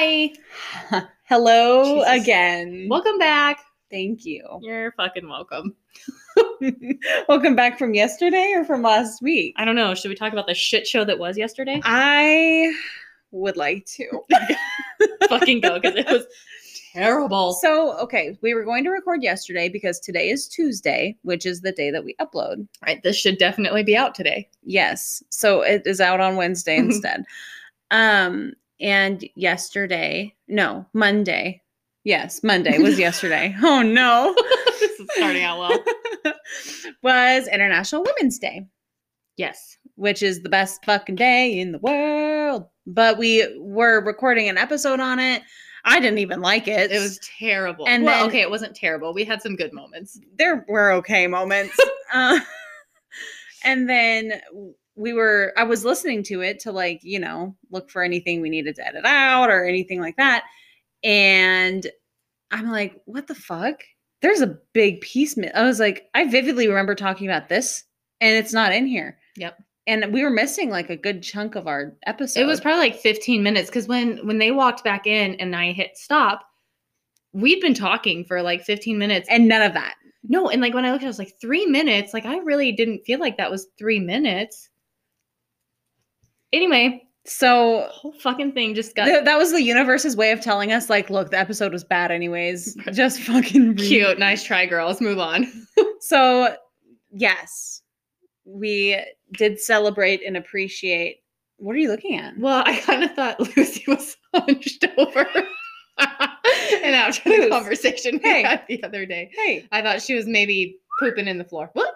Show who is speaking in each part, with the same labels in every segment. Speaker 1: Hello
Speaker 2: Jesus.
Speaker 1: again.
Speaker 2: Welcome back.
Speaker 1: Thank you.
Speaker 2: You're fucking welcome.
Speaker 1: Welcome back from yesterday or from last week?
Speaker 2: I don't know. Should we talk about the shit show that was yesterday?
Speaker 1: I would like to.
Speaker 2: fucking go because it was terrible.
Speaker 1: So, okay, we were going to record yesterday because today is Tuesday, which is the day that we upload.
Speaker 2: right, this should definitely be out today.
Speaker 1: Yes. So it is out on Wednesday instead. Um and yesterday, no, Monday. Yes, Monday was yesterday. Oh no.
Speaker 2: this is starting out well.
Speaker 1: was International Women's Day.
Speaker 2: yes.
Speaker 1: which is the best fucking day in the world. But we were recording an episode on it. I didn't even like it.
Speaker 2: It was terrible.
Speaker 1: And
Speaker 2: And well,
Speaker 1: then-
Speaker 2: okay, it wasn't terrible. We had some good moments.
Speaker 1: there were okay moments. uh, and then we were I was listening to it to like, you know, look for anything we needed to edit out or anything like that. And I'm like, what the fuck? There's a big piece. mi- I was like, I vividly remember talking about this and it's not in here.
Speaker 2: Yep.
Speaker 1: And we were missing like a good chunk of our episode.
Speaker 2: It was probably like 15 minutes because when when they walked back in and I hit stop, we'd been talking for like 15 minutes.
Speaker 1: and none of that.
Speaker 2: No, and like when I looked, I was like three minutes. Like I really didn't feel like that was three minutes. Anyway, the
Speaker 1: So
Speaker 2: whole fucking thing just got
Speaker 1: th- that was the universe's way of telling us, like, look, the episode was bad anyways. Just fucking read.
Speaker 2: cute. Nice try, girls. Move on.
Speaker 1: So, yes, we did celebrate and appreciate. What are you looking at?
Speaker 2: Well, I kind of thought Lucy was hunched over, and after the
Speaker 1: Luce,
Speaker 2: conversation we
Speaker 1: hey.
Speaker 2: had the other day,
Speaker 1: Hey.
Speaker 2: I thought she was maybe pooping in the floor. What?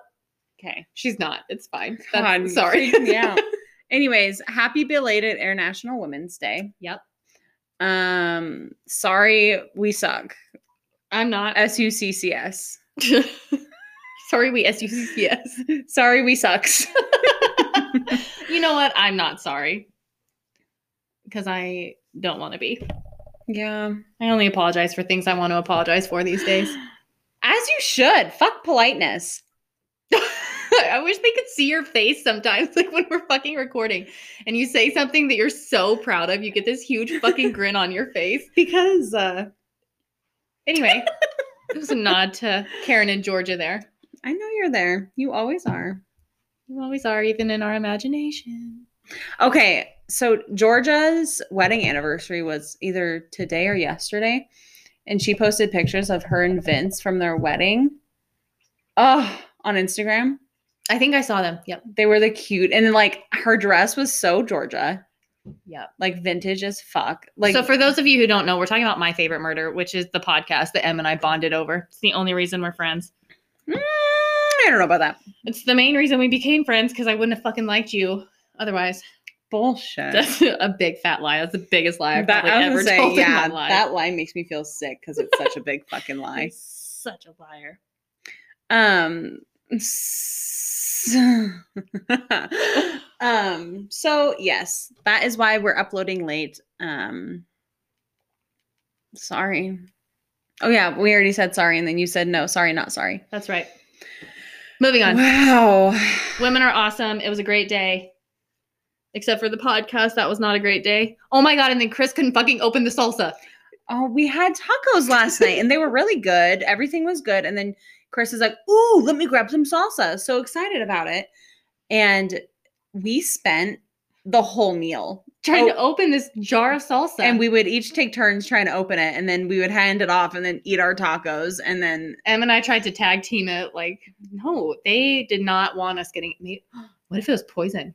Speaker 1: Okay.
Speaker 2: She's not. It's fine.
Speaker 1: God,
Speaker 2: That's,
Speaker 1: you
Speaker 2: sorry.
Speaker 1: freaked me out. Anyways, happy belated International Women's Day.
Speaker 2: Yep.
Speaker 1: Um, sorry, we suck.
Speaker 2: I'm not. Uh,
Speaker 1: S U C C S.
Speaker 2: sorry, we S-U-C-C-S.
Speaker 1: Sorry, we sucks.
Speaker 2: You know what? I'm not sorry. Because I don't want to be.
Speaker 1: yeah.
Speaker 2: I only apologize for things I want to apologize for these days.
Speaker 1: As you should. Fuck politeness.
Speaker 2: I wish they could see your face sometimes, like when we're fucking recording and you say something that you're so proud of. You get this huge fucking grin on your face.
Speaker 1: Because uh
Speaker 2: Anyway, it was a nod to Karen and Georgia there.
Speaker 1: I know you're there. You always are.
Speaker 2: You always are, even in our imagination.
Speaker 1: Okay, so Georgia's wedding anniversary was either today or yesterday, and she posted pictures of her and Vince from their wedding. Oh, on Instagram.
Speaker 2: I think I saw them. Yep.
Speaker 1: They were the cute and like her dress was so Georgia,
Speaker 2: Yep.
Speaker 1: like vintage as fuck.
Speaker 2: Like,
Speaker 1: Like
Speaker 2: so, for those of you who don't know, we're talking about my favorite murder, which is the podcast that Em and I bonded over. It's the only reason we're friends.
Speaker 1: Mm, I don't know about that.
Speaker 2: It's the main reason we became friends because I wouldn't have fucking liked you otherwise.
Speaker 1: Bullshit.
Speaker 2: That's a big fat lie. That's the biggest lie I've
Speaker 1: That,
Speaker 2: probably
Speaker 1: I
Speaker 2: ever
Speaker 1: was gonna
Speaker 2: told
Speaker 1: say, yeah,
Speaker 2: in my life.
Speaker 1: that lie makes me feel sick because it's such a big fucking lie.
Speaker 2: You're Such a liar.
Speaker 1: Um. s- um. So yes, that is why we're uploading late. Um. Sorry. Oh yeah, we already said sorry, and then you said no. Sorry, not sorry.
Speaker 2: That's right. Moving on.
Speaker 1: Wow.
Speaker 2: Women are awesome. It was a great day. Except for the podcast, that was not a great day. Oh my god! And then Chris couldn't fucking open the salsa.
Speaker 1: Oh, we had tacos last night, and they were really good. Everything was good, and then Chris is like, "Ooh, let me grab some salsa." So excited about it, and we spent the whole meal
Speaker 2: Trying
Speaker 1: Oh.
Speaker 2: to open this jar of salsa.
Speaker 1: and we would each take turns trying to open it and then we would hand it off and then eat our tacos and then
Speaker 2: Em and I tried to tag team it. Like, no, they did not want us getting. may- What if it was poison?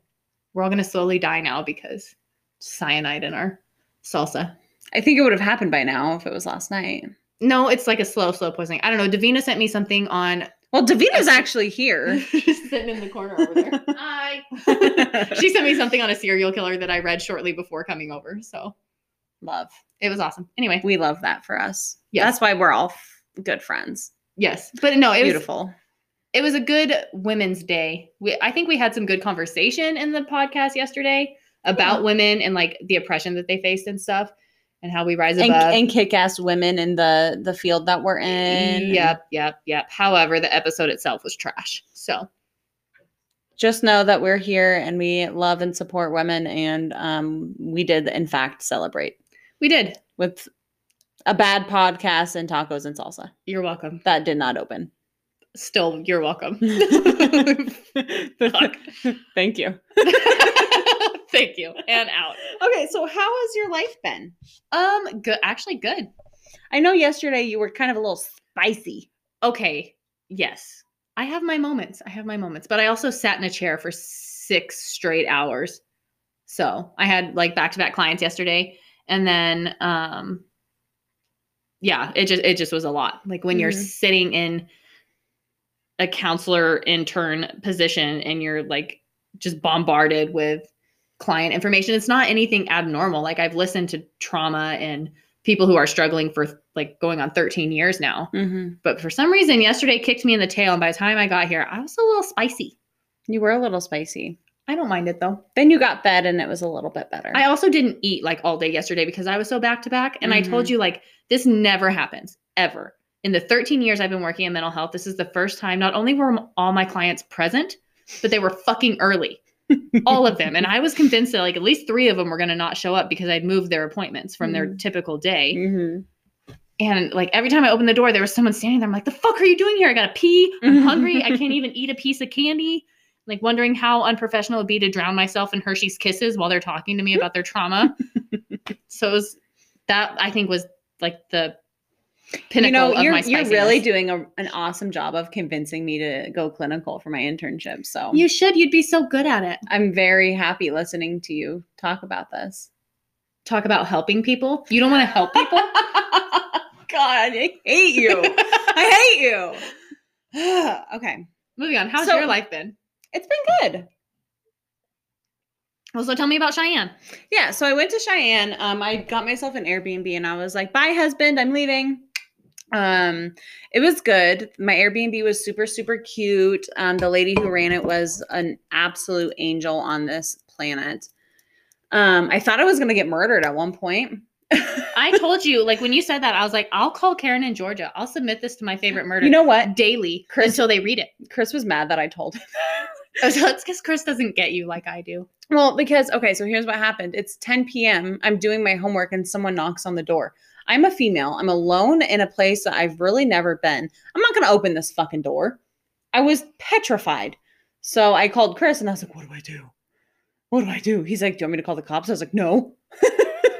Speaker 2: We're all gonna slowly die now because cyanide in our salsa.
Speaker 1: i think it would have happened by now if it was last night
Speaker 2: No, it's like a slow, slow poisoning. I don't know. Davina sent me something on
Speaker 1: well davina's actually here
Speaker 2: Just sitting in the corner over there. Hi. she sent me something on a serial killer that I read shortly before coming over. So
Speaker 1: love
Speaker 2: it was awesome. Anyway,
Speaker 1: we love that for us yeah
Speaker 2: Yes.
Speaker 1: that's why we're all f- good friends
Speaker 2: yes. But no, it was
Speaker 1: beautiful
Speaker 2: it was a good women's day. We, I think we had some good conversation in the podcast yesterday about women and like the oppression that they faced and stuff and how we rise
Speaker 1: and,
Speaker 2: above.
Speaker 1: and kick-ass women in the the field that we're in
Speaker 2: yep, yep, yep. However, the episode itself was trash. So
Speaker 1: just know that we're here and we love and support women and um, we did in fact celebrate
Speaker 2: we did.
Speaker 1: with A bad podcast and tacos and salsa.
Speaker 2: You're welcome.
Speaker 1: That did not open.
Speaker 2: Still, you're welcome. Fuck.
Speaker 1: Thank you.
Speaker 2: Thank you. And out.
Speaker 1: Okay, so how has your life been?
Speaker 2: Um, good. Actually, good.
Speaker 1: I know yesterday you were kind of a little spicy.
Speaker 2: Okay. Yes. I have my moments. I have my moments. But I also sat in a chair for six straight hours. So I had like back to back clients yesterday. And then um yeah, it just it just was a lot. Like when you're
Speaker 1: Mhm.
Speaker 2: sitting in a counselor intern position and you're like just bombarded with client information. It's not anything abnormal. Like I've listened to trauma and people who are struggling for like going on 13 years now.
Speaker 1: Mm-hmm.
Speaker 2: But for some reason, yesterday kicked me in the tail. And by the time I got here, I was a little spicy.
Speaker 1: You were a little spicy.
Speaker 2: I don't mind it though.
Speaker 1: Then you got fed and it was a little bit better.
Speaker 2: I also didn't eat like all day yesterday because I was so back to back. And I told you, like, this never happens ever. In the 13 years I've been working in mental health, this is the first time not only were m- all my clients present, but they were fucking early, all of them. And I was convinced that like at least three of them were going to not show up because I'd moved their appointments from their
Speaker 1: Mhm.
Speaker 2: typical day.
Speaker 1: Mhm.
Speaker 2: And like every time I opened the door, there was someone standing there. I'm like, the fuck are you doing here? I gotta pee. I'm hungry. I can't even eat a piece of candy. Like wondering how unprofessional it'd be to drown myself in Hershey's kisses while they're talking to me about their trauma. so it was that I think was like the pinnacle
Speaker 1: You know,
Speaker 2: of
Speaker 1: you're,
Speaker 2: my
Speaker 1: you're
Speaker 2: spiciness.
Speaker 1: really doing a, an awesome job of convincing me to go clinical for my internship. So
Speaker 2: You should. You'd be so good at it.
Speaker 1: I'm very happy listening to you talk about this.
Speaker 2: Talk about helping people. You don't want to help people.
Speaker 1: God, I hate you. I hate you. okay.
Speaker 2: Moving on. How's
Speaker 1: So-
Speaker 2: your life been?
Speaker 1: It's been good.
Speaker 2: Also, tell me about Cheyenne.
Speaker 1: Yeah, so I went to Cheyenne. Um, I got myself an Airbnb and I was like, bye, husband, I'm leaving. Um, it was good. My Airbnb was super, super cute. Um, the lady who ran it was an absolute angel on this planet. Um, I thought I was gonna get murdered at one point.
Speaker 2: I told you, like when you said that, I was like, I'll call Karen in Georgia. I'll submit this to my favorite murder.
Speaker 1: You know what?
Speaker 2: daily
Speaker 1: Chris-
Speaker 2: until they read it.
Speaker 1: Chris was mad that I told him.
Speaker 2: So it's because Chris doesn't get you like I do.
Speaker 1: Well, because okay, so here's what happened. It's 10 p.m. I'm doing my homework and someone knocks on the door. I'm a female. I'm alone in a place that I've really never been. I'm not going to open this fucking door. I was petrified. So I called Chris and I was like, "What do I do? What do I do?" He's like, "Do you want me to call the cops?" I was like, "No."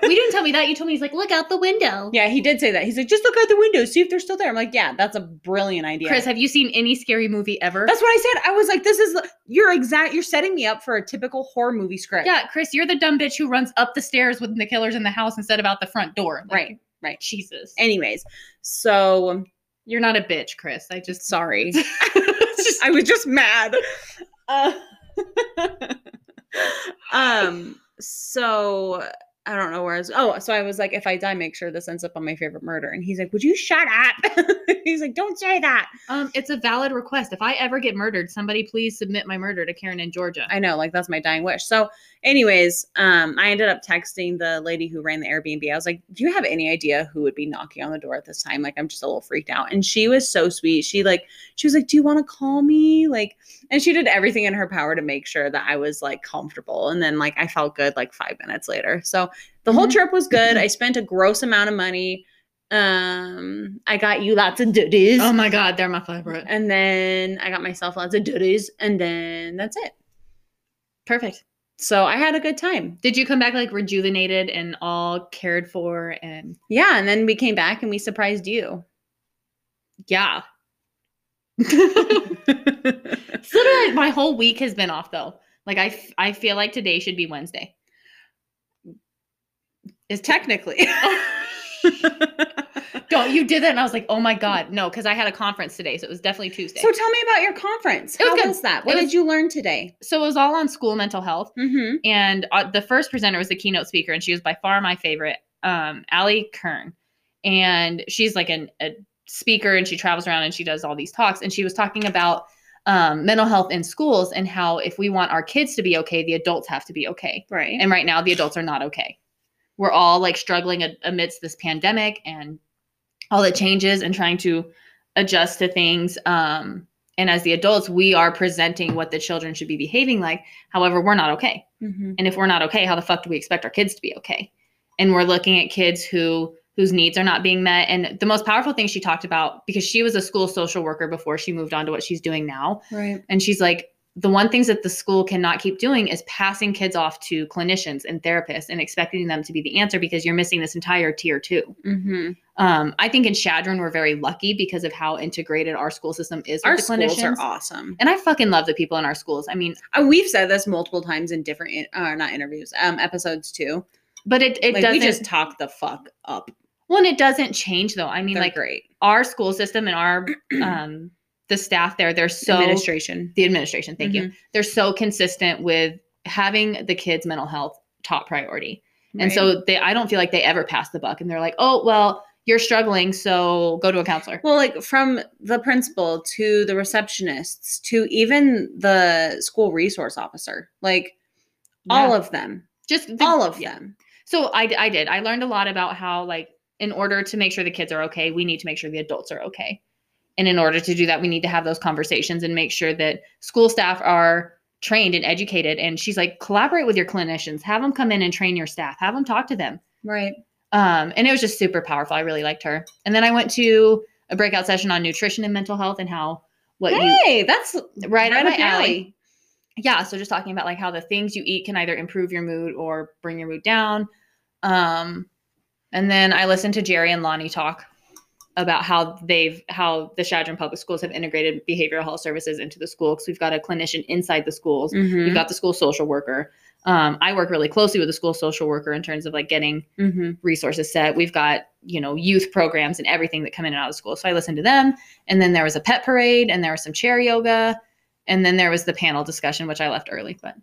Speaker 2: You didn't tell me that. You told me he's like, look out the window.
Speaker 1: Yeah, he did say that. He's like, "Just look out the window, see if they're still there." I'm like, "Yeah, that's a brilliant idea."
Speaker 2: Chris, have you seen any scary movie ever?
Speaker 1: that's what I said. I was like, "This is you're exact. You're setting me up for a typical horror movie script."
Speaker 2: yeah, Chris, you're the dumb bitch who runs up the stairs when the killer's in the house instead of out the front door. Like,
Speaker 1: Right. Right.
Speaker 2: Jesus.
Speaker 1: Anyways, so
Speaker 2: You're not a bitch, Chris. I just
Speaker 1: sorry. I was just mad. Uh, um. So I don't know where I was. Oh, so I was like, if I die, make sure this ends up on my favorite murder. And he's like, would you shut up? he's like, don't say that.
Speaker 2: um, it's a valid request. If I ever get murdered, somebody please submit my murder to Karen in Georgia.
Speaker 1: I know, like that's my dying wish. So, anyways, um, I ended up texting the lady who ran the Airbnb. I was like, "Do you have any idea who would be knocking on the door at this time?" Like, I'm just a little freaked out. And she was so sweet. She like, she was like, "Do you want to call me?" Like, and she did everything in her power to make sure that I was like comfortable. And then like I felt good like five minutes later. So the whole
Speaker 2: Mhm.
Speaker 1: trip was good. I spent a gross amount of money. Um, I got you lots of duties.
Speaker 2: oh my god, they're my favorite.
Speaker 1: and then I got myself lots of duties, and then that's it.
Speaker 2: Perfect.
Speaker 1: So I had a good time.
Speaker 2: Did you come back like rejuvenated and all cared for and
Speaker 1: Yeah, and then we came back and we surprised you.
Speaker 2: yeah. So
Speaker 1: Literally.
Speaker 2: did I- my whole week has been off though. Like I, f- I feel like today should be Wednesday.
Speaker 1: Is technically.
Speaker 2: Don't you did that? And I was like, oh my god, no, because I had a conference today, so it was definitely Tuesday.
Speaker 1: so tell me about your conference.
Speaker 2: It was
Speaker 1: How
Speaker 2: good.
Speaker 1: was that? What
Speaker 2: It was-
Speaker 1: did you learn today?
Speaker 2: so it was all on school mental health,
Speaker 1: Mm-hmm.
Speaker 2: and uh, the first presenter was the keynote speaker, and she was by far my favorite, um, Allie Kern, and she's like an, a speaker, and she travels around and she does all these talks, and she was talking about um, mental health in schools and how if we want our kids to be okay, the adults have to be okay.
Speaker 1: Right.
Speaker 2: And right now, the adults are not okay. We're all like struggling a- amidst this pandemic and all the changes and trying to adjust to things. Um, and as the adults, we are presenting what the children should be behaving like. However, we're not okay.
Speaker 1: Mhm.
Speaker 2: And if we're not okay, how the fuck do we expect our kids to be okay? And we're looking at kids who whose needs are not being met. And the most powerful thing she talked about, because she was a school social worker before she moved on to what she's doing now.
Speaker 1: Right.
Speaker 2: And she's like, the one things that the school cannot keep doing is passing kids off to clinicians and therapists and expecting them to be the answer because you're missing this entire tier two.
Speaker 1: Mm-hmm.
Speaker 2: Um, I think in Shadron, we're very lucky because of how integrated our school system is with
Speaker 1: Our
Speaker 2: the
Speaker 1: schools
Speaker 2: clinicians.
Speaker 1: are awesome.
Speaker 2: And I fucking love the people in our schools. I mean,
Speaker 1: Uh, we've said this multiple times in different, in- uh, not interviews, um, episodes too.
Speaker 2: but it, it
Speaker 1: like,
Speaker 2: doesn't.
Speaker 1: we just talk the fuck up.
Speaker 2: well, and it doesn't change though. I mean,
Speaker 1: They're
Speaker 2: like
Speaker 1: great
Speaker 2: our school system and our um, the staff there, they're so
Speaker 1: administration.
Speaker 2: the administration. Thank
Speaker 1: mm-hmm.
Speaker 2: you. They're so consistent with having the kids' mental health top priority. And
Speaker 1: Right.
Speaker 2: so they, I don't feel like they ever pass the buck. And they're like, oh well, you're struggling, so go to a counselor.
Speaker 1: Well, like from the principal to the receptionists to even the school resource officer, like all
Speaker 2: Yeah.
Speaker 1: of them,
Speaker 2: just the-
Speaker 1: all of
Speaker 2: yeah.
Speaker 1: them.
Speaker 2: So I, I did. I learned a lot about how, like, in order to make sure the kids are okay, we need to make sure the adults are okay. And in order to do that, we need to have those conversations and make sure that school staff are trained and educated. And she's like, collaborate with your clinicians, have them come in and train your staff, have them talk to them.
Speaker 1: Right.
Speaker 2: Um, and it was just super powerful. I really liked her. And then I went to a breakout session on nutrition and mental health and how what you
Speaker 1: hey, that's
Speaker 2: right,
Speaker 1: right
Speaker 2: up my alley.
Speaker 1: alley.
Speaker 2: yeah so just talking about like how the things you eat can either improve your mood or bring your mood down um and then i listened to jerry and lonnie talk about how they've how the shadron public schools have integrated behavioral health services into the school because we've got a clinician inside the schools
Speaker 1: Mm-hmm.
Speaker 2: we've got the school social worker um, i work really closely with the school social worker in terms of like getting
Speaker 1: Mm-hmm.
Speaker 2: resources set. We've got, you know, youth programs and everything that come in and out of school. So I listened to them. And then there was a pet parade and there was some chair yoga. And then there was the panel discussion, which I left early, but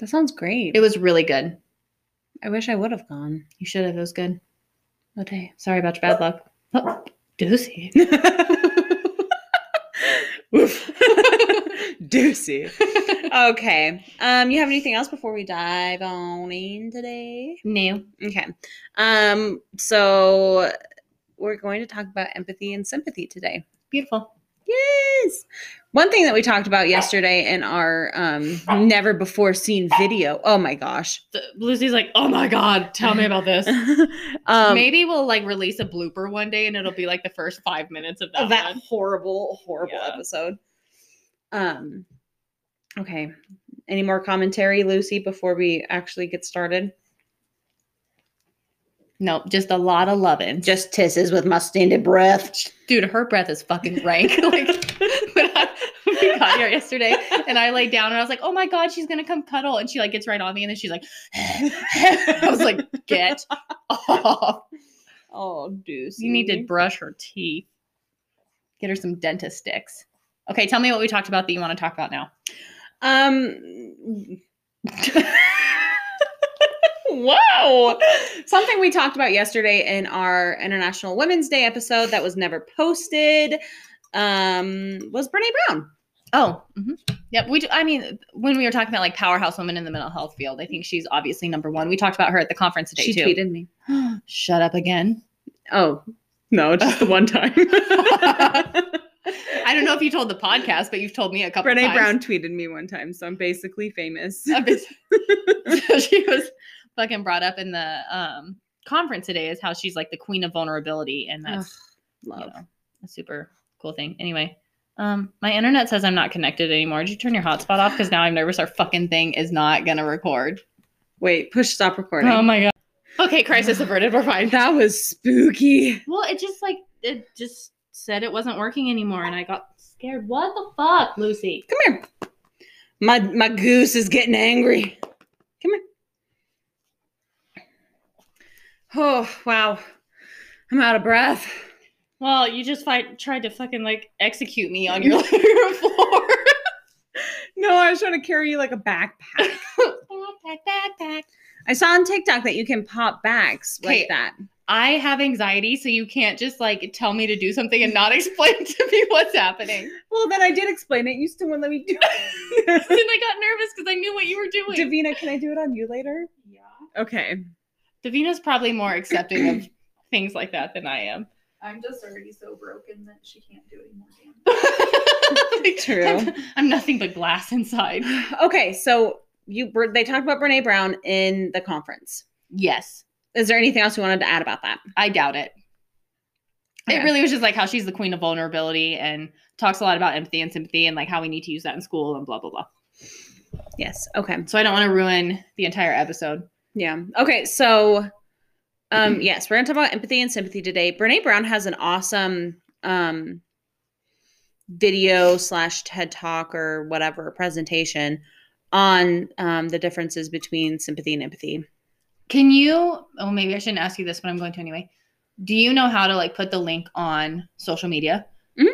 Speaker 1: That sounds great.
Speaker 2: it was really good.
Speaker 1: I wish I would have gone.
Speaker 2: You should have. It was good.
Speaker 1: What day?
Speaker 2: Sorry about your bad luck. Oh, doozy.
Speaker 1: Oof. Doozy. Okay. Um, you have anything else before we dive on in today?
Speaker 2: no.
Speaker 1: Okay. Um, so we're going to talk about empathy and sympathy today.
Speaker 2: Beautiful.
Speaker 1: Yes. One thing that we talked about yesterday in our um never before seen video. Oh my gosh.
Speaker 2: The, Lucy's like, oh my God, tell me about this.
Speaker 1: um
Speaker 2: Maybe we'll like release a blooper one day and it'll be like the first five minutes of that,
Speaker 1: of that
Speaker 2: one.
Speaker 1: horrible, horrible
Speaker 2: Yeah.
Speaker 1: episode. Um okay. Any more commentary, Lucy, before we actually get started?
Speaker 2: Nope, just a lot of loving.
Speaker 1: Just tisses with my standing breath.
Speaker 2: dude, her breath is fucking rank. like when I we got here yesterday and I laid down and I was like, oh my god, she's gonna come cuddle. And she like gets right on me and then she's like, I was like, get off.
Speaker 1: Oh, deuce.
Speaker 2: You need to brush her teeth. Get her some dentist sticks. Okay, tell me what we talked about that you want to talk about now.
Speaker 1: Um. wow. Something we talked about yesterday in our International Women's Day episode that was never posted um, was Brene Brown.
Speaker 2: Oh, mhm. yep. We, do, I mean, when we were talking about like powerhouse women in the mental health field, I think she's obviously number one. We talked about her at the conference today
Speaker 1: She
Speaker 2: too.
Speaker 1: tweeted me.
Speaker 2: Shut up again.
Speaker 1: Oh no, just the one time.
Speaker 2: I don't know if you told the podcast, but you've told me a couple.
Speaker 1: Brene
Speaker 2: times.
Speaker 1: Brown tweeted me one time, so I'm basically famous.
Speaker 2: I'm just- so she was fucking brought up in the um, conference today is how she's like the queen of vulnerability, and that's you
Speaker 1: Love.
Speaker 2: know, a super cool thing. Anyway, um, my internet says I'm not connected anymore. Did you turn your hotspot off? Because now I'm nervous. Our fucking thing is not gonna record.
Speaker 1: Wait, push stop recording.
Speaker 2: Oh my god. Okay, crisis averted. We're fine.
Speaker 1: that was spooky.
Speaker 2: Well, it just like it just said it wasn't working anymore, and I got scared. What the fuck, Lucy?
Speaker 1: Come here. My my goose is getting angry. Come here. Oh wow. I'm out of breath.
Speaker 2: Well, you just fight, tried to fucking like execute me on your living room floor.
Speaker 1: No, I was trying to carry you like a backpack.
Speaker 2: backpack, backpack.
Speaker 1: I saw on TikTok that you can pop backs
Speaker 2: Okay.
Speaker 1: like that.
Speaker 2: I have anxiety, so you can't just like tell me to do something and not explain to me what's happening.
Speaker 1: Well, then I did explain it. You still wouldn't let me do it.
Speaker 2: and I got nervous because I knew what you were doing.
Speaker 1: Davina, can I do it on you later?
Speaker 2: yeah.
Speaker 1: Okay.
Speaker 2: Davina's probably more accepting of things like that than I am.
Speaker 3: I'm just already so broken that she can't do any more damage.
Speaker 2: Like,
Speaker 1: True.
Speaker 2: I'm, I'm nothing but glass inside.
Speaker 1: Okay, so you they talked about Brene Brown in the conference.
Speaker 2: Yes.
Speaker 1: Is there anything else you wanted to add about that?
Speaker 2: I doubt it.
Speaker 1: Okay.
Speaker 2: It really was just like how she's the queen of vulnerability and talks a lot about empathy and sympathy and like how we need to use that in school and blah blah blah.
Speaker 1: Yes. Okay.
Speaker 2: So I don't want to ruin the entire episode.
Speaker 1: Yeah. Okay. So, um, yes, we're going to talk about empathy and sympathy today. Brene Brown has an awesome um, video slash TED talk or whatever presentation on um, the differences between sympathy and empathy.
Speaker 2: Can you? Oh, maybe I shouldn't ask you this, but I'm going to anyway. Do you know how to like put the link on social media?
Speaker 1: Mhm.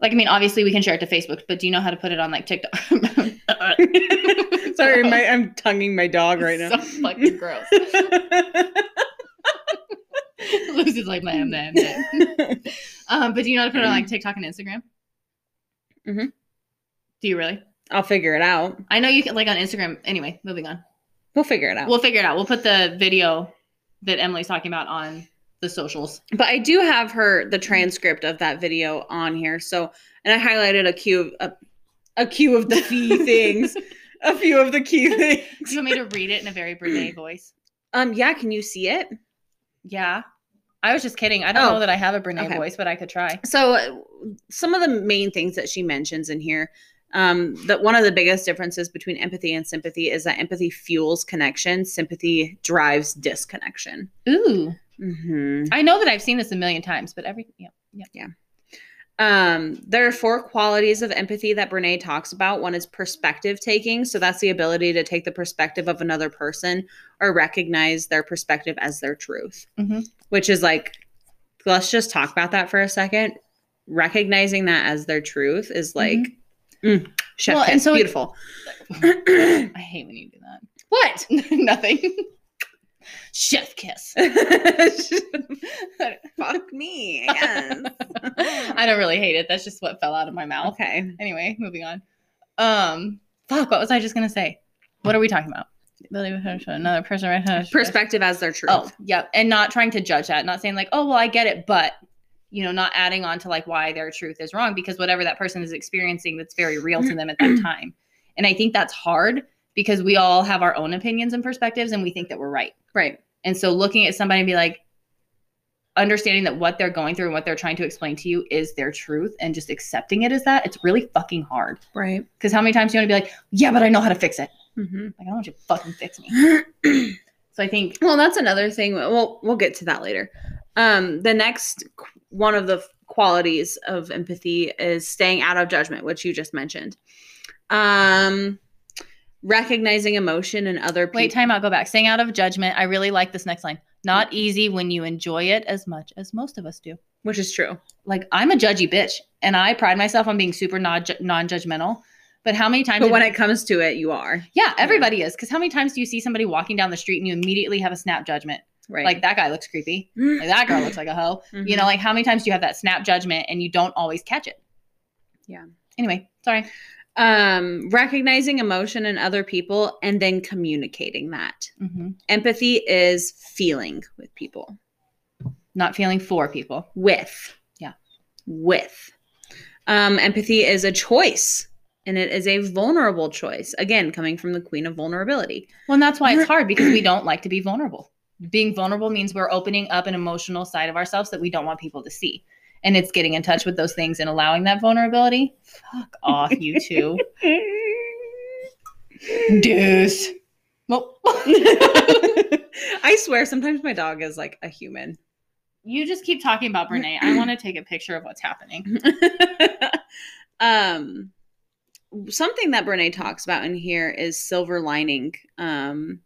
Speaker 2: Like, I mean, obviously we can share it to Facebook, but do you know how to put it on like TikTok?
Speaker 1: Sorry, my, I'm tonguing my dog right now.
Speaker 2: So fucking gross. Lucy's like my M M. Um, but do you know how to put it on like TikTok and Instagram? Mm-hmm.
Speaker 1: Mhm.
Speaker 2: Do you really?
Speaker 1: I'll figure it out.
Speaker 2: I know you can like on Instagram. Anyway, moving on.
Speaker 1: We'll figure it out.
Speaker 2: We'll figure it out. We'll put the video that Emily's talking about on the socials.
Speaker 1: But I do have her the transcript of that video on here. So, and I highlighted a few of a, a few of the key things, a few of the key
Speaker 2: Do
Speaker 1: things.
Speaker 2: you want me to read it in a very Brene voice?
Speaker 1: Um, yeah, can you see it?
Speaker 2: Yeah. I was just kidding. I don't
Speaker 1: Oh.
Speaker 2: know that I have a Brene
Speaker 1: Okay.
Speaker 2: voice, but I could try.
Speaker 1: So, uh, some of the main things that she mentions in here, um, that one of the biggest differences between empathy and sympathy is that empathy fuels connection, sympathy drives disconnection.
Speaker 2: Ooh.
Speaker 1: hmm
Speaker 2: I know that I've seen this a million times, but every yeah.
Speaker 1: Um, there are four qualities of empathy that Brene talks about. One is perspective taking. So that's the ability to take the perspective of another person or recognize their perspective as their truth,
Speaker 2: Mhm.
Speaker 1: which is like, let's just talk about that for a second. Recognizing that as their truth is like, mm,
Speaker 2: Mm-hmm.
Speaker 1: chef
Speaker 2: Well, and
Speaker 1: kiss,
Speaker 2: so it-
Speaker 1: beautiful.
Speaker 2: I hate when you do that. What? Nothing. Chef kiss.
Speaker 1: Fuck me. yes.
Speaker 2: I don't really hate it. That's just what fell out of my mouth.
Speaker 1: Okay.
Speaker 2: Anyway, moving on. Um, fuck. What was I just gonna say? What are we talking about? Ability to push another person right
Speaker 1: Perspective as their truth.
Speaker 2: Oh, yep. And not trying to judge that. Not saying like, oh, well, I get it, but you know, not adding on to like why their truth is wrong because whatever that person is experiencing, that's very real to them at that time. And I think that's hard because we all have our own opinions and perspectives, and we think that we're right.
Speaker 1: Right.
Speaker 2: And so looking at somebody and be like, understanding that what they're going through and what they're trying to explain to you is their truth and just accepting it as that, it's really fucking hard.
Speaker 1: Right.
Speaker 2: Because how many times do you want to be like, yeah, but I know how to fix it?
Speaker 1: hmm
Speaker 2: Like, I don't want you to fucking fix me. So I think,
Speaker 1: Well, that's another thing. We'll we'll get to that later. Um, the next qu- one of the qualities of empathy is staying out of judgment, which you just mentioned. Um, recognizing emotion in other people.
Speaker 2: wait, time out, go back. Staying out of judgment. I really like this next line. Not easy when you enjoy it as much as most of us do.
Speaker 1: which is true.
Speaker 2: Like, I'm a judgy bitch and I pride myself on being super non judgmental. But how many times?
Speaker 1: But
Speaker 2: did-
Speaker 1: when it comes to it, you are
Speaker 2: yeah, everybody is. Because how many times do you see somebody walking down the street and you immediately have a snap judgment?
Speaker 1: right. Mm. Mm-hmm.
Speaker 2: Like, that guy looks creepy. like that girl looks like a hoe. You know, like how many times do you have that snap judgment and you don't always catch it?
Speaker 1: Yeah.
Speaker 2: Anyway, sorry.
Speaker 1: um, recognizing emotion in other people and then communicating that
Speaker 2: Mm-hmm.
Speaker 1: empathy is feeling with people.
Speaker 2: Not feeling for people.
Speaker 1: with.
Speaker 2: Yeah.
Speaker 1: With. Um, empathy is a choice and it is a vulnerable choice. Again, coming from the queen of vulnerability.
Speaker 2: Well, and that's why it's hard because we don't like to be vulnerable. Being vulnerable means we're opening up an emotional side of ourselves that we don't want people to see. And it's getting in touch with those things and allowing that vulnerability. Fuck off, you two. Deuce. Well,
Speaker 1: I swear, sometimes my dog is like a human.
Speaker 2: you just keep talking about Brene. I want to take a picture of what's happening.
Speaker 1: um, something that Brene talks about in here is silver lining um,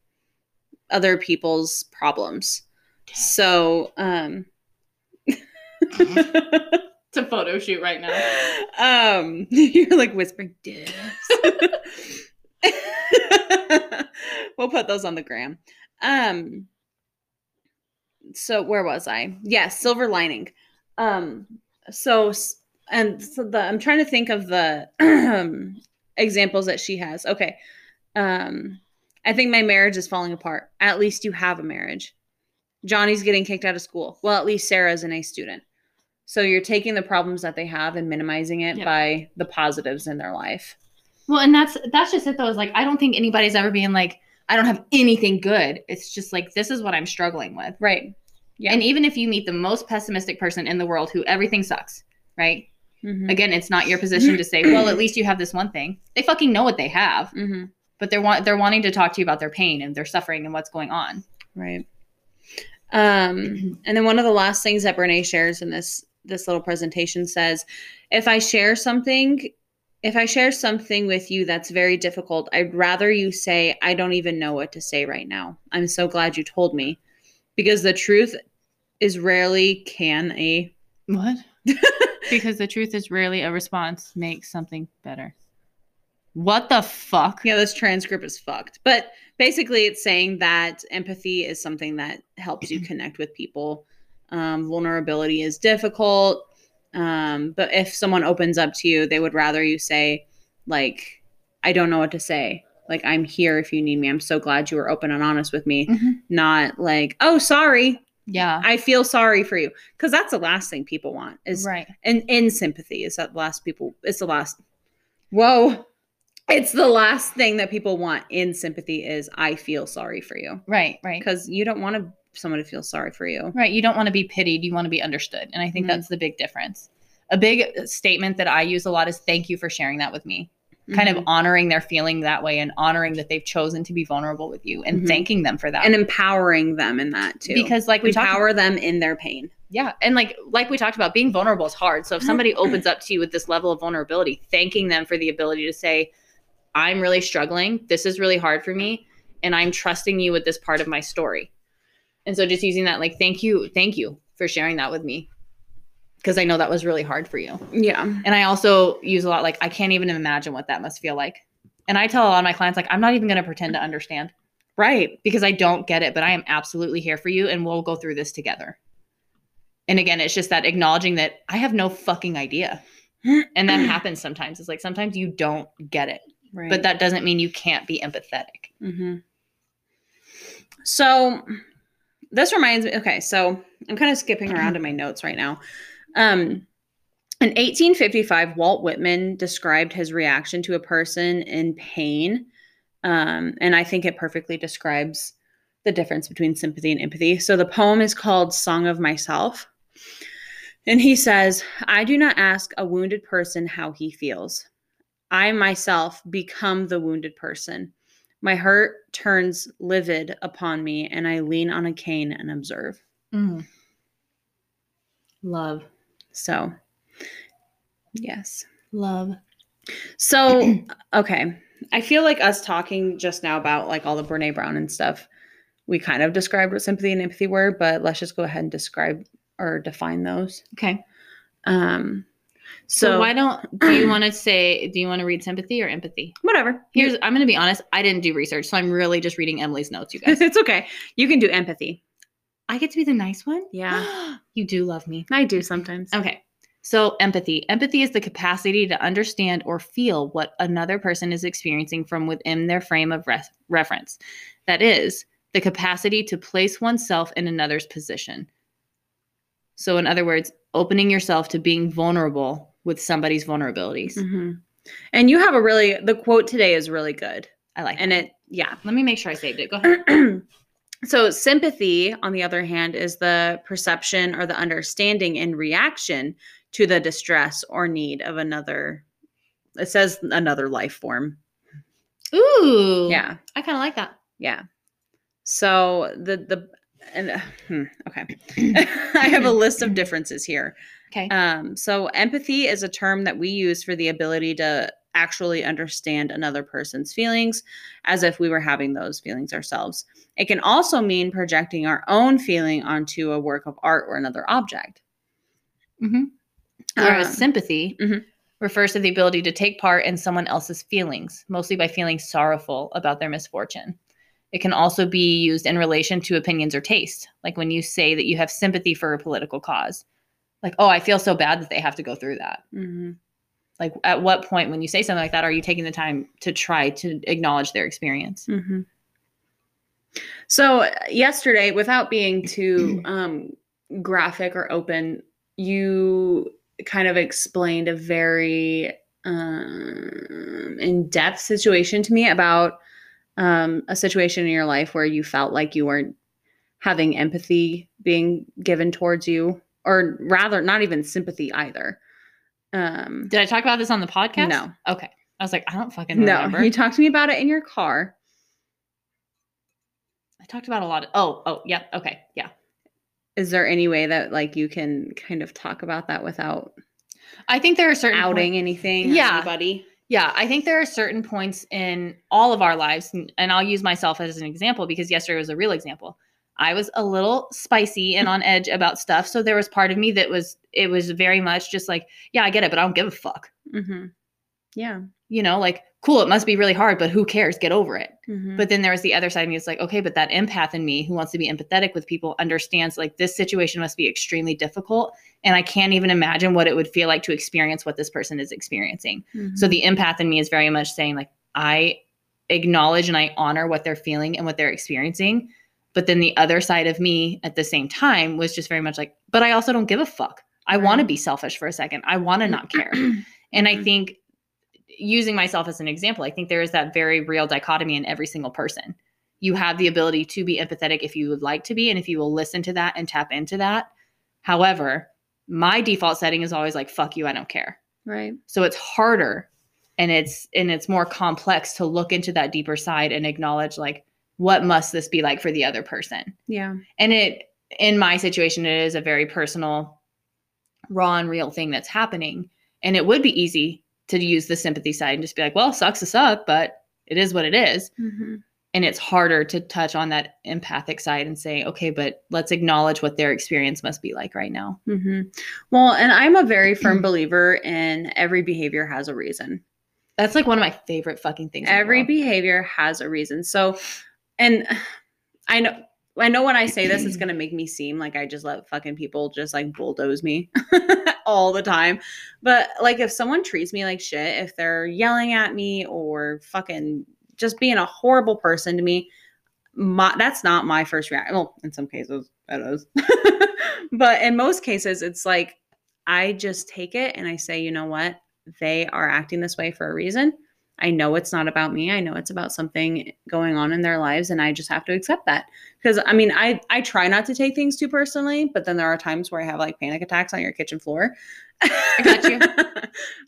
Speaker 1: other people's problems. So, um,
Speaker 2: It's a photo shoot right now.
Speaker 1: um, you're like whispering dibs. we'll put those on the gram. Um, so where was I? Yes, silver lining. Um, so s- and so the I'm trying to think of the examples that she has. Okay. Um, I think my marriage is falling apart. At least you have a marriage. Johnny's getting kicked out of school. Well, at least Sarah's an A student. So you're taking the problems that they have and minimizing it
Speaker 2: Yep.
Speaker 1: by the positives in their life.
Speaker 2: Well, and that's that's just it though. Is like I don't think anybody's ever being like, I don't have anything good. It's just like this is what I'm struggling with.
Speaker 1: Right. Yeah.
Speaker 2: And even if you meet the most pessimistic person in the world who everything sucks, right?
Speaker 1: Mhm.
Speaker 2: Again, it's not your position to say, well, at least you have this one thing. They fucking know what they have,
Speaker 1: Mhm.
Speaker 2: but they're want they're wanting to talk to you about their pain and their suffering and what's going on.
Speaker 1: Right. Um, and then one of the last things that Brene shares in this this little presentation says, if I share something, if I share something with you that's very difficult, I'd rather you say, I don't even know what to say right now. I'm so glad you told me. Because the truth is rarely can a
Speaker 2: What? because the truth is rarely a response makes something better. What the fuck?
Speaker 1: yeah, this transcript is fucked. But basically it's saying that empathy is something that helps you connect with people. Um, vulnerability is difficult. Um, but if someone opens up to you, they would rather you say, like, I don't know what to say. Like, I'm here if you need me. I'm so glad you were open and honest with me.
Speaker 2: Mhm.
Speaker 1: Not like, oh, sorry.
Speaker 2: Yeah.
Speaker 1: I feel sorry for you. Because that's the last thing people want is
Speaker 2: right.
Speaker 1: and in sympathy is that the last people it's the last whoa it's the last thing that people want in sympathy is i feel sorry for you
Speaker 2: Right. Right.
Speaker 1: because you don't want to, someone to feel sorry for you
Speaker 2: Right. You don't want to be pitied. You want to be understood. And I think
Speaker 1: Mhm.
Speaker 2: that's the big difference. A big statement that I use a lot is thank you for sharing that with me. Kind of
Speaker 1: Mhm.
Speaker 2: honoring their feeling that way and honoring that they've chosen to be vulnerable with you Mm-hmm. and
Speaker 1: Mhm.
Speaker 2: thanking them for that.
Speaker 1: and empowering them in that too
Speaker 2: because like we talked
Speaker 1: empower them in their pain
Speaker 2: yeah, and like like we talked about being vulnerable is hard. So if somebody opens up to you with this level of vulnerability, thanking them for the ability to say I'm really struggling. This is really hard for me and I'm trusting you with this part of my story. And so just using that like thank you, thank you for sharing that with me. Cuz I know that was really hard for you.
Speaker 1: yeah
Speaker 2: And I also use a lot like I can't even imagine what that must feel like. And I tell a lot of my clients like I'm not even going to pretend to understand
Speaker 1: right
Speaker 2: because I don't get it, but I am absolutely here for you and we'll go through this together. And again, it's just that acknowledging that I have no fucking idea. And that happens sometimes. It's like sometimes you don't get it,
Speaker 1: right
Speaker 2: but that doesn't mean you can't be empathetic.
Speaker 1: Mm-hmm. So this reminds me. Okay, so I'm kind of skipping around in my notes right now. Um, in 1855, Walt Whitman described his reaction to a person in pain, um, and I think it perfectly describes the difference between sympathy and empathy. So the poem is called "Song of Myself." And he says, I do not ask a wounded person how he feels. I myself become the wounded person. My heart turns livid upon me, and I lean on a cane and observe.
Speaker 2: Mm. Love,
Speaker 1: So, yes.
Speaker 2: love.
Speaker 1: So, okay. I feel like us talking just now about like all the Brene Brown and stuff, we kind of described what sympathy and empathy were, but let's just go ahead and describe or define those.
Speaker 2: Okay.
Speaker 1: Um,
Speaker 2: So,
Speaker 1: so,
Speaker 2: why don't do you want to say do you want to read sympathy or empathy?
Speaker 1: whatever.
Speaker 2: Here's I'm going to be honest, I didn't do research, so I'm really just reading Emily's notes, you guys.
Speaker 1: it's okay. You can do empathy.
Speaker 2: I get to be the nice one?
Speaker 1: Yeah.
Speaker 2: you do love me.
Speaker 1: I do sometimes.
Speaker 2: Okay. So, empathy. Empathy is the capacity to understand or feel what another person is experiencing from within their frame of ref reference. That is, the capacity to place oneself in another's position. So, in other words, opening yourself to being vulnerable with somebody's vulnerabilities.
Speaker 1: Mhm. And you have a really, the quote today is really good.
Speaker 2: I like
Speaker 1: And
Speaker 2: that.
Speaker 1: it, yeah.
Speaker 2: Let me make sure I saved it. Go ahead.
Speaker 1: so sympathy on the other hand is the perception or the understanding and reaction to the distress or need of another it says another life form
Speaker 2: Ooh.
Speaker 1: yeah
Speaker 2: I kind of like that.
Speaker 1: yeah so the the and uh, hmm, okay i have a list of differences here
Speaker 2: Okay.
Speaker 1: um so empathy is a term that we use for the ability to actually understand another person's feelings as if we were having those feelings ourselves it can also mean projecting our own feeling onto a work of art or another object
Speaker 2: hmm Whereas
Speaker 1: Um,
Speaker 2: sympathy
Speaker 1: mhm.
Speaker 2: refers to the ability to take part in someone else's feelings, mostly by feeling sorrowful about their misfortune. It can also be used in relation to opinions or taste, like when you say that you have sympathy for a political cause. Like, oh, I feel so bad that they have to go through that.
Speaker 1: Mm-hmm.
Speaker 2: Like, at what point, when you say something like that, are you taking the time to try to acknowledge their experience?
Speaker 1: Mhm. So uh, yesterday, without being too um, graphic or open, you kind of explained a very um, in-depth situation to me about um, a situation in your life where you felt like you weren't having empathy being given towards you, or rather, not even sympathy either. Um,
Speaker 2: Did I talk about this on the podcast?
Speaker 1: No.
Speaker 2: Okay. I was like, I don't fucking
Speaker 1: no,
Speaker 2: remember.
Speaker 1: you talked to me about it in your car.
Speaker 2: I talked about a lot of. Oh, oh, yeah. Okay. Yeah.
Speaker 1: Is there any way that like you can kind of talk about that without
Speaker 2: I think there are certain point-
Speaker 1: outing anything? or
Speaker 2: Yeah.
Speaker 1: anybody.
Speaker 2: Yeah, I think there are certain points in all of our lives, and and I'll use myself as an example because yesterday was a real example. I was a little spicy and on edge about stuff, so there was part of me that was it was very much just like, yeah, I get it, but I don't give a fuck.
Speaker 1: Mm-hmm. Yeah.
Speaker 2: You know, like cool, it must be really hard, but who cares? Get over it.
Speaker 1: Mhm.
Speaker 2: But then there was the other side of me. It's like, okay, but that empath in me who wants to be empathetic with people understands like this situation must be extremely difficult, and I can't even imagine what it would feel like to experience what this person is experiencing. So
Speaker 1: Mhm.
Speaker 2: the empath in me is very much saying, like, I acknowledge and I honor what they're feeling and what they're experiencing. But then the other side of me at the same time was just very much like, but I also don't give a fuck. I want to
Speaker 1: Right.
Speaker 2: be selfish for a second. I want to not care. and I
Speaker 1: Mhm.
Speaker 2: think using myself as an example, I think there is that very real dichotomy in every single person. You have the ability to be empathetic if you would like to be, and if you will listen to that and tap into that. However, my default setting is always like, fuck you, I don't care.
Speaker 1: right.
Speaker 2: So it's harder and it's and it's more complex to look into that deeper side and acknowledge like what must this be like for the other person.
Speaker 1: Yeah.
Speaker 2: And it in my situation it is a very personal raw and real thing that's happening and it would be easy to use the sympathy side and just be like, well, sucks to suck, but it is what it is.
Speaker 1: Mm-hmm.
Speaker 2: And it's harder to touch on that empathic side and say, okay, but let's acknowledge what their experience must be like right now.
Speaker 1: hmm Well, and I'm a very firm believer in every behavior has a reason.
Speaker 2: That's like one of my favorite fucking things. in the
Speaker 1: Every
Speaker 2: world.
Speaker 1: behavior has a reason. So, and I know. I know when I say this, it's gonna make me seem like I just let fucking people just like bulldoze me all the time. But like, if someone treats me like shit, if they're yelling at me or fucking just being a horrible person to me, my that's not my first reaction. Well, in some cases that is, but in most cases, it's like I just take it and I say, you know what, they are acting this way for a reason. I know it's not about me. I know it's about something going on in their lives, and I just have to accept that. Because I mean, I I try not to take things too personally, but then there are times where I have like panic attacks on your kitchen floor. I
Speaker 2: got you.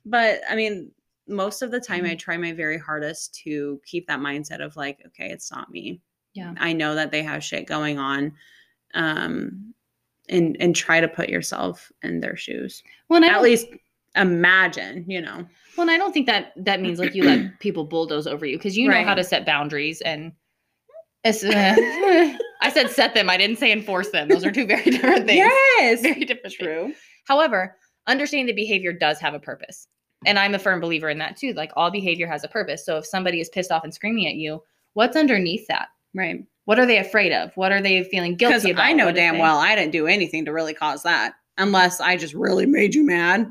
Speaker 1: but I mean, most of the time I try my very hardest to keep that mindset of like, okay, it's not me.
Speaker 2: Yeah.
Speaker 1: I know that they have shit going on. Um and and try to put yourself in their shoes.
Speaker 2: well, and I
Speaker 1: At
Speaker 2: don't-
Speaker 1: least imagine, you know.
Speaker 2: Well, and I don't think that that means like you let people bulldoze over you because you know how
Speaker 1: Right.
Speaker 2: to set boundaries and. It's, uh, I said set them. I didn't say enforce them. Those are two very different things.
Speaker 1: Yes.
Speaker 2: Very different. things. However, understanding the behavior does have a purpose. And I'm a firm believer in that too. Like all behavior has a purpose. So if somebody is pissed off and screaming at you, what's underneath that?
Speaker 1: Right.
Speaker 2: What are they afraid of? What are they feeling
Speaker 1: Because
Speaker 2: guilty about?
Speaker 1: I know
Speaker 2: What is
Speaker 1: damn
Speaker 2: they-
Speaker 1: well I didn't do anything to really cause that. Unless I just really made you mad.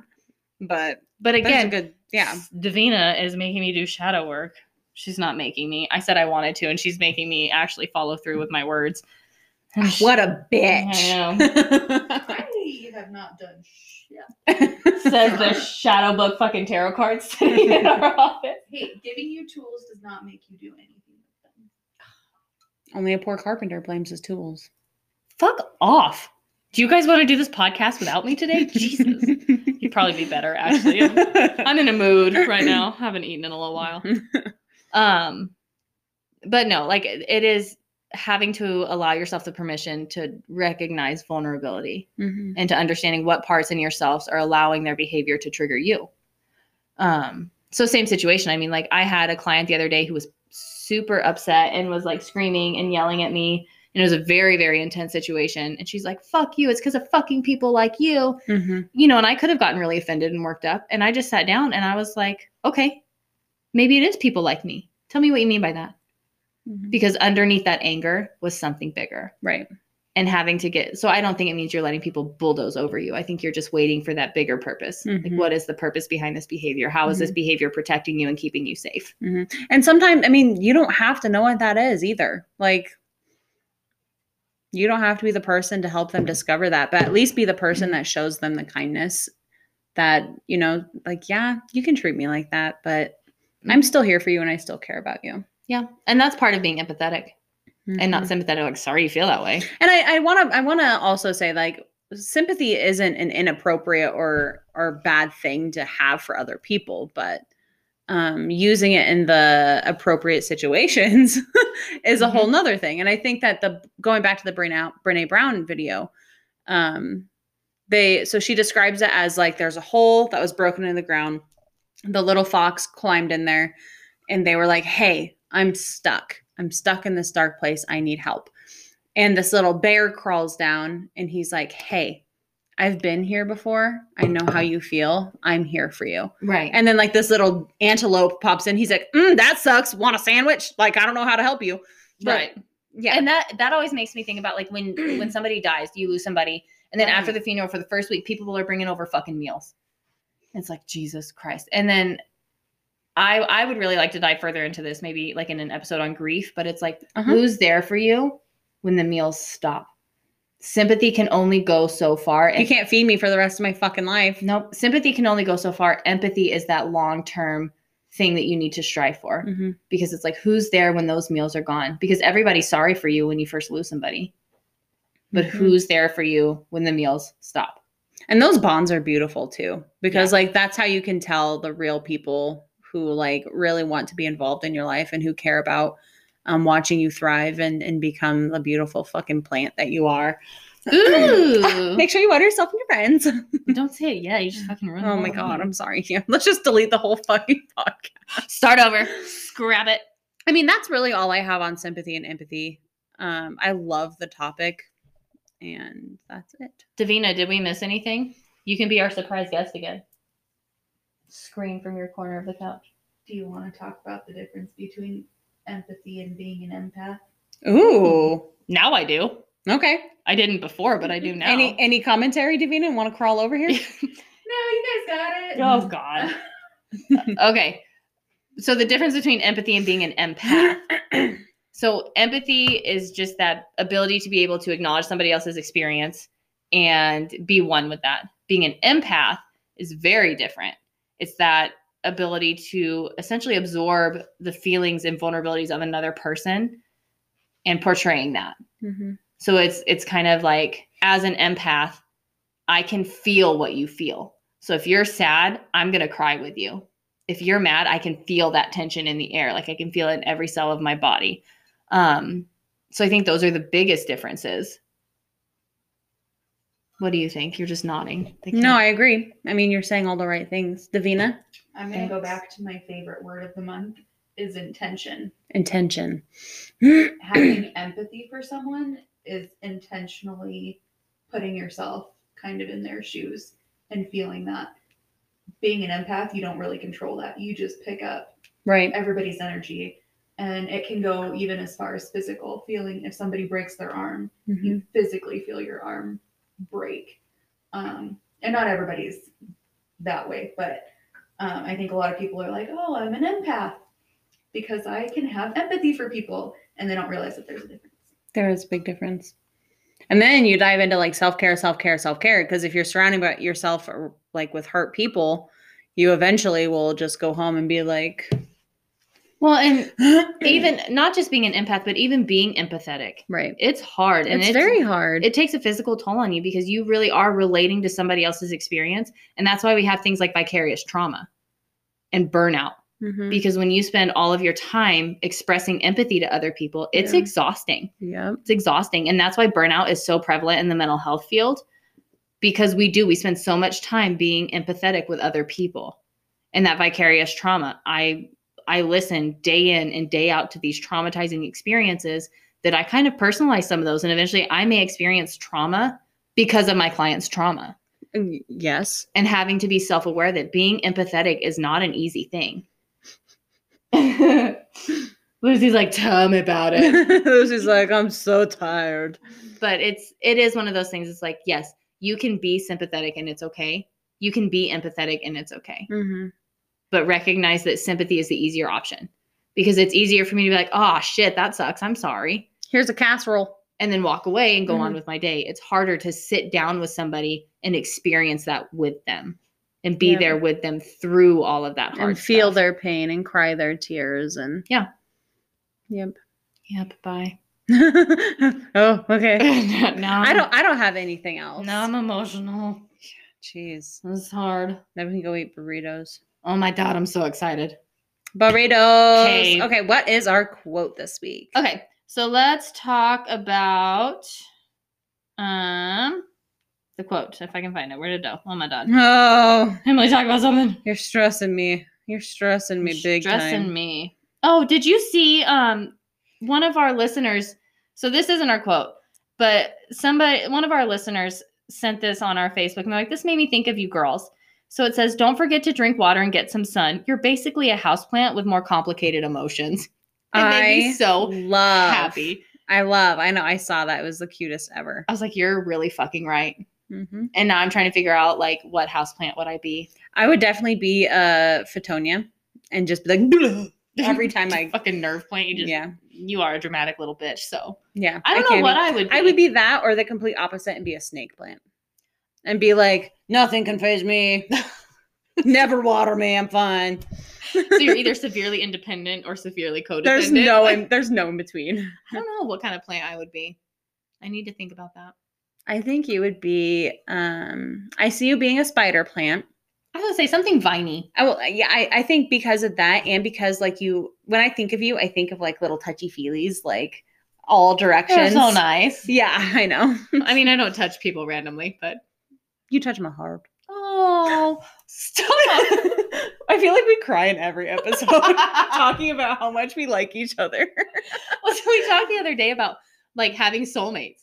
Speaker 1: But
Speaker 2: But
Speaker 1: that's a
Speaker 2: again,
Speaker 1: good yeah.
Speaker 2: Davina is making me do shadow work. She's not making me. I said I wanted to, and she's making me actually follow through with my words. And she-
Speaker 1: What a
Speaker 2: I
Speaker 1: bitch.
Speaker 3: I have not done shit.
Speaker 2: says the shadow book fucking tarot cards sitting in our office?
Speaker 3: Hey, giving you tools does not make you do anything with them.
Speaker 1: Only a poor carpenter blames his tools.
Speaker 2: Fuck off. Do you guys want to do this podcast without me today? Jesus. You'd probably be better, actually. I'm, I'm in a mood right now. Haven't eaten in a little while. Um, but no, like it it is having to allow yourself the permission to recognize vulnerability.
Speaker 1: Mhm.
Speaker 2: and to understanding what parts in yourselves are allowing their behavior to trigger you. Um, so same situation. I mean, like I had a client the other day who was super upset and was like screaming and yelling at me. And it was a very, very intense situation. And she's like, fuck you. It's because of fucking people like you.
Speaker 1: Mhm.
Speaker 2: You know, and I could have gotten really offended and worked up. And I just sat down and I was like, okay, maybe it is people like me. Tell me what you mean by that.
Speaker 1: Mhm.
Speaker 2: Because underneath that anger was something bigger
Speaker 1: Right.
Speaker 2: and having to get so i don't think it means you're letting people bulldoze over you i think you're just waiting for that bigger purpose
Speaker 1: Mhm.
Speaker 2: like what is the purpose behind this behavior How is this
Speaker 1: Mm-hmm.
Speaker 2: behavior protecting you and keeping you safe
Speaker 1: And sometimes, I mean, you don't have to know what that is either. Like, you don't have to be the person to help them discover that, but at least be the person that shows them the kindness that, you know, like, yeah, you can treat me like that, but I'm still here for you and I still care about you.
Speaker 2: Yeah. And that's part of being empathetic and
Speaker 1: Mhm.
Speaker 2: not sympathetic. Like, sorry you feel that way.
Speaker 1: And I, I want to I want to also say like sympathy isn't an inappropriate or or bad thing to have for other people, but um, using it in the appropriate situations is a whole nother thing. And I think that the going back to the Brene, Brene Brown video, um, they so she describes it as like there's a hole that was broken in the ground. The little fox climbed in there, and they were like, "Hey, I'm stuck. I'm stuck in this dark place. I need help." And this little bear crawls down and he's like, Hey, I've been here before. I know how you feel. I'm here for you.
Speaker 2: Right.
Speaker 1: And then, like, this little antelope pops in. He's like, mm, That sucks. Want a sandwich? Like, I don't know how to help you. But-
Speaker 2: right.
Speaker 1: Yeah.
Speaker 2: And that that always makes me think about like when when somebody dies, you lose somebody, and then after
Speaker 1: Right.
Speaker 2: the funeral for the first week, people are bringing over fucking meals. It's like Jesus Christ. And then I I would really like to dive further into this, maybe like in an episode on grief, but it's like
Speaker 1: Uh-huh.
Speaker 2: who's there for you when the meals stop? Sympathy can only go so far.
Speaker 1: you can't feed me for the rest of my fucking life.
Speaker 2: Nope. Sympathy can only go so far. Empathy is that long term thing that you need to strive for
Speaker 1: Mhm.
Speaker 2: because it's like who's there when those meals are gone because everybody's sorry for you when you first lose somebody but
Speaker 1: Mhm.
Speaker 2: who's there for you when the meals stop
Speaker 1: And those bonds are beautiful too, because, like, that's how you can tell the real people who, like, really want to be involved in your life and who care about um, watching you thrive and, and become the beautiful fucking plant that you are.
Speaker 2: ooh
Speaker 1: Make sure you water yourself and your friends.
Speaker 2: don't say it yeah you just fucking ruined the
Speaker 1: Oh my
Speaker 2: whole
Speaker 1: god,
Speaker 2: thing.
Speaker 1: I'm sorry. Yeah, let's just delete the whole fucking podcast.
Speaker 2: start over scrap it
Speaker 1: I mean, that's really all I have on sympathy and empathy. Um, I love the topic, and that's it.
Speaker 2: davina did we miss anything you can be our surprise guest again scream from your corner of the couch
Speaker 3: Do you want to talk about the difference between empathy and being an empath?
Speaker 1: Ooh,
Speaker 2: now i do
Speaker 1: okay.
Speaker 2: i didn't before but i do now
Speaker 1: Any any commentary, Davina? Want to crawl over here?
Speaker 3: No, you guys got it.
Speaker 2: oh god okay. So the difference between empathy and being an empath. so empathy is just that ability to be able to acknowledge somebody else's experience and be one with that. Being an empath is very different. It's that ability to essentially absorb the feelings and vulnerabilities of another person and portraying that.
Speaker 1: Mm-hmm.
Speaker 2: So it's it's kind of like as an empath, I can feel what you feel. So if you're sad, I'm going to cry with you. If you're mad, I can feel that tension in the air. Like I can feel it in every cell of my body. Um so I think those are the biggest differences. What do you think? You're just nodding. They
Speaker 1: No,
Speaker 2: can't-
Speaker 1: I agree. I mean, you're saying all the right things, Davina.
Speaker 3: I'm going to go
Speaker 2: Thanks.
Speaker 3: back to my favorite word of the month is intention.
Speaker 1: Intention.
Speaker 3: Having empathy for someone is intentionally putting yourself kind of in their shoes and feeling that. Being an empath, you don't really control that. You just pick up
Speaker 1: right.
Speaker 3: everybody's energy and it can go even as far as physical feeling if somebody breaks their arm
Speaker 1: Mhm.
Speaker 3: you physically feel your arm break um, and not everybody's that way but um, i think a lot of people are like oh i'm an empath because i can have empathy for people and they don't realize that there's a difference
Speaker 1: There is a big difference. And then you dive into like self care, self care, self care. Because if you're surrounding by- yourself uh, like with hurt people, you eventually will just go home and be like,
Speaker 2: Well, and even not just being an empath, but even being empathetic.
Speaker 1: right.
Speaker 2: It's hard and
Speaker 1: It's, very hard.
Speaker 2: it takes a physical toll on you because you really are relating to somebody else's experience and that's why we have things like vicarious trauma and burnout
Speaker 1: Mhm.
Speaker 2: because when you spend all of your time expressing empathy to other people it's
Speaker 1: Yeah.
Speaker 2: exhausting
Speaker 1: Yep.
Speaker 2: it's exhausting and that's why burnout is so prevalent in the mental health field because we do we spend so much time being empathetic with other people and that vicarious trauma i i listen day in and day out to these traumatizing experiences that i kind of personalize some of those and eventually i may experience trauma because of my client's trauma
Speaker 1: And y- Yes.
Speaker 2: and having to be self-aware that being empathetic is not an easy thing lucy's like tell me about it
Speaker 1: Lucy's like, I'm so tired.
Speaker 2: but it's it is one of those things it's like yes you can be sympathetic and it's okay you can be empathetic and it's okay
Speaker 1: Mm-hmm.
Speaker 2: but recognize that sympathy is the easier option because it's easier for me to be like oh shit that sucks i'm sorry
Speaker 1: Here's a casserole.
Speaker 2: and then walk away and go on
Speaker 1: Mhm.
Speaker 2: with my day it's harder to sit down with somebody and experience that with them and be
Speaker 1: Yeah.
Speaker 2: there with them through all of that hard
Speaker 1: and feel
Speaker 2: stuff.
Speaker 1: their pain and cry their tears and
Speaker 2: Yeah.
Speaker 1: Yep.
Speaker 2: Yep. Bye.
Speaker 1: oh, okay.
Speaker 2: now
Speaker 1: I don't. I don't have anything else.
Speaker 2: Now I'm emotional.
Speaker 1: Jeez.
Speaker 2: This is hard.
Speaker 1: Then we can go eat burritos.
Speaker 2: Oh my god, I'm so excited.
Speaker 1: Burritos.
Speaker 2: Okay.
Speaker 1: Okay. What is our quote this week?
Speaker 2: Okay, so let's talk about um the quote if I can find it. Where did it go? Oh my god,
Speaker 1: Oh,
Speaker 2: Emily, talk about something.
Speaker 1: you're stressing me. You're stressing me big
Speaker 2: Stressing
Speaker 1: time.
Speaker 2: me. Oh, did you see um one of our listeners? So this isn't our quote, but somebody one of our listeners sent this on our Facebook and they're like, This made me think of you girls. So it says, Don't forget to drink water and get some sun. You're basically a houseplant with more complicated emotions. It made me
Speaker 1: I
Speaker 2: so
Speaker 1: love.
Speaker 2: happy. Uh,
Speaker 1: I love. I know. I saw that. It was the cutest ever.
Speaker 2: I was like, You're really fucking right.
Speaker 1: hmm
Speaker 2: And now I'm trying to figure out like what houseplant would I be?
Speaker 1: I would definitely be a Fatonia and just be like every time I.
Speaker 2: fucking nerve plant, you just
Speaker 1: yeah.
Speaker 2: you are a dramatic little bitch. So
Speaker 1: Yeah.
Speaker 2: I don't know
Speaker 1: can't
Speaker 2: what
Speaker 1: be-
Speaker 2: I would. Be.
Speaker 1: I would be that or the complete opposite and be a snake plant. And be like, nothing can phase me. Never water me. I'm fine.
Speaker 2: so you're either severely independent or severely codependent.
Speaker 1: There's no
Speaker 2: Like,
Speaker 1: in, there's no in between.
Speaker 2: I don't know what kind of plant I would be. I need to think about that.
Speaker 1: I think you would be um I see you being a spider plant.
Speaker 2: I was gonna say something viney.
Speaker 1: I will yeah, I, I think because of that and because like you when I think of you, I think of like little touchy feelies like all
Speaker 2: They're
Speaker 1: directions.
Speaker 2: so nice.
Speaker 1: Yeah, I know.
Speaker 2: I mean, I don't touch people randomly, but
Speaker 1: You touch my heart.
Speaker 2: oh, stop!
Speaker 1: I feel like we cry in every episode. talking about how much we like each other.
Speaker 2: Well, so we talked the other day about like having soulmates.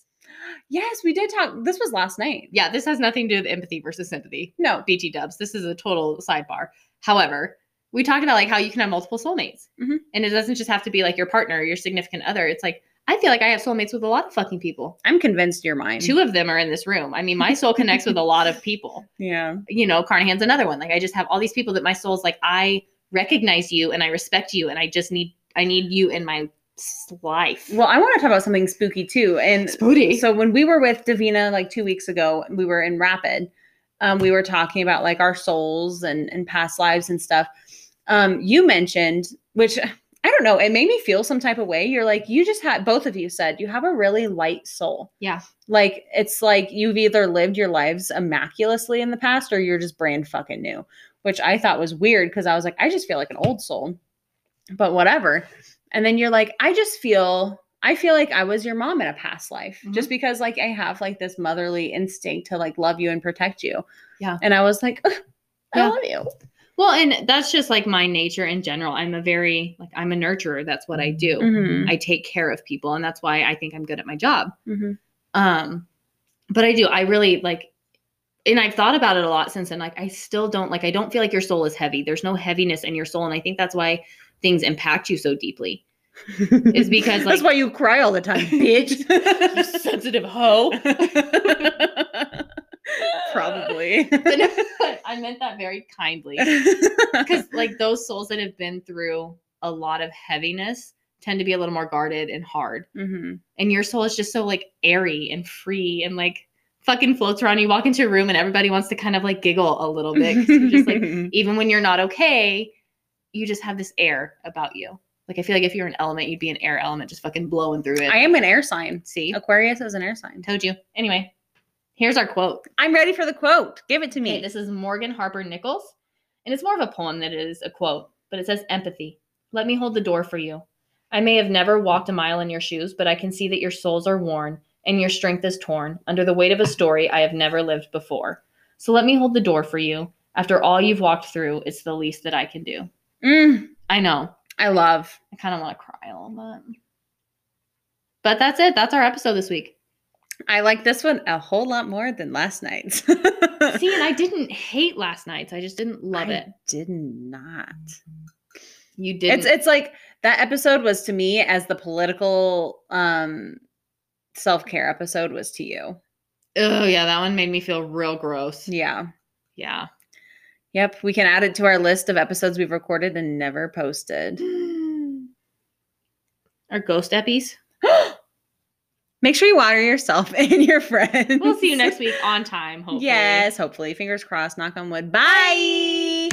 Speaker 1: yes, we did talk. This was last night.
Speaker 2: Yeah, this has nothing to do with empathy versus sympathy.
Speaker 1: No.
Speaker 2: BT dubs. This is a total sidebar. However, we talked about like how you can have multiple soulmates.
Speaker 1: Mhm.
Speaker 2: And it doesn't just have to be like your partner or your significant other. It's like I feel like I have soulmates with a lot of fucking people.
Speaker 1: I'm convinced you're mine.
Speaker 2: Two of them are in this room. I mean, my soul connects with a lot of people.
Speaker 1: Yeah.
Speaker 2: You know, Carnahan's another one. Like I just have all these people that my soul's like, I recognize you and I respect you and I just need I need you in my s- life.
Speaker 1: Well, I want to talk about something spooky too. And
Speaker 2: Spooty.
Speaker 1: so when we were with Davina like two weeks ago, we were in Rapid. Um, we were talking about like our souls and and past lives and stuff. Um, you mentioned, which I don't know, it made me feel some type of way. You're like, you just had both of you said you have a really light soul.
Speaker 2: Yeah.
Speaker 1: Like it's like you've either lived your lives immaculously in the past or you're just brand fucking new, which I thought was weird because I was like, I just feel like an old soul. But whatever. And then you're like, I just feel I feel like I was your mom in a past life
Speaker 2: Mm-hmm.
Speaker 1: just because like I have like this motherly instinct to like love you and protect you.
Speaker 2: Yeah.
Speaker 1: And I was like, I
Speaker 2: Yeah.
Speaker 1: love you.
Speaker 2: Well, and that's just like my nature in general. I'm a very like I'm a nurturer. That's what I do.
Speaker 1: Mhm.
Speaker 2: I take care of people and that's why I think I'm good at my job.
Speaker 1: Mhm.
Speaker 2: Um but I do. I really like and I've thought about it a lot since then. Like I still don't like I don't feel like your soul is heavy. There's no heaviness in your soul and I think that's why things impact you so deeply. It's because,
Speaker 1: mm-hmm. that's
Speaker 2: like-
Speaker 1: why you cry all the time, bitch.
Speaker 2: You sensitive hoe.
Speaker 1: Probably.
Speaker 2: But no, I meant that very kindly. Cuz like those souls that have been through a lot of heaviness tend to be a little more guarded and hard.
Speaker 1: hmm
Speaker 2: and your soul is just so like airy and free and like fucking floats around. You walk into a room and everybody wants to kind of like giggle a little bit. 'cause you're just like, even when you're not okay, you just have this air about you. Like I feel like if you were an element, you'd be an air element just fucking blowing through it.
Speaker 1: I am an air sign.
Speaker 2: see.
Speaker 1: Aquarius is an air sign.
Speaker 2: Told you. Anyway, here's our quote.
Speaker 1: I'm ready for the quote. Give it to me.
Speaker 2: Okay, this is Morgan Harper Nichols, and it's more of a poem than it is a quote, but it says empathy. Let me hold the door for you. I may have never walked a mile in your shoes, but I can see that your souls are worn and your strength is torn under the weight of a story I have never lived before. So let me hold the door for you. After all you've walked through, it's the least that I can do.
Speaker 1: Mm,
Speaker 2: I know.
Speaker 1: I love.
Speaker 2: I kind of want to cry a little bit. But that's it. That's our episode this week.
Speaker 1: I like this one a whole lot more than last night's.
Speaker 2: See, and I didn't hate last night's. I just didn't love
Speaker 1: I
Speaker 2: it.
Speaker 1: Did not.
Speaker 2: You didn't.
Speaker 1: It's it's like that episode was to me as the political um self care episode was to you.
Speaker 2: Oh yeah, that one made me feel real gross.
Speaker 1: Yeah.
Speaker 2: Yeah.
Speaker 1: Yep. We can add it to our list of episodes we've recorded and never posted.
Speaker 2: Our ghost eppies.
Speaker 1: Make sure you water yourself and your friends.
Speaker 2: We'll see you next week on time, hopefully.
Speaker 1: Yes, hopefully. Fingers crossed. Knock on wood. Bye.